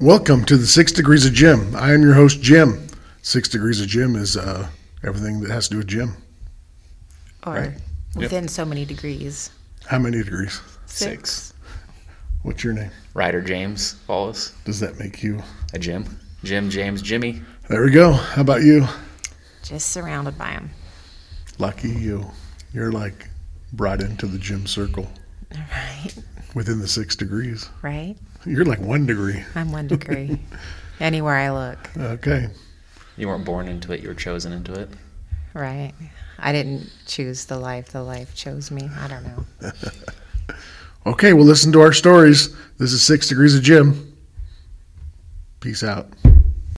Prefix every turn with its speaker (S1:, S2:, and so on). S1: Welcome to the Six Degrees of Jim. I am your host, Jim. Six Degrees of Jim is uh, everything that has to do with Jim.
S2: Or
S1: Right.
S2: within so many degrees.
S1: How many degrees?
S2: Six.
S1: What's your name?
S3: Ryder James Wallace,
S1: Does that make you?
S3: a Jim, Jim James Jimmy.
S1: There we go. How about you?
S2: Just surrounded by them.
S1: Lucky you. You're like brought into the Jim circle
S2: Right.
S1: within the six degrees.
S2: Right.
S1: You're like one degree.
S2: I'm one degree. Anywhere I look.
S1: Okay.
S3: You weren't born into it; you were chosen into it.
S2: Right. I didn't choose the life. The life chose me. I don't know.
S1: Okay, well, listen to our stories. This is Six Degrees of Jim. Peace out.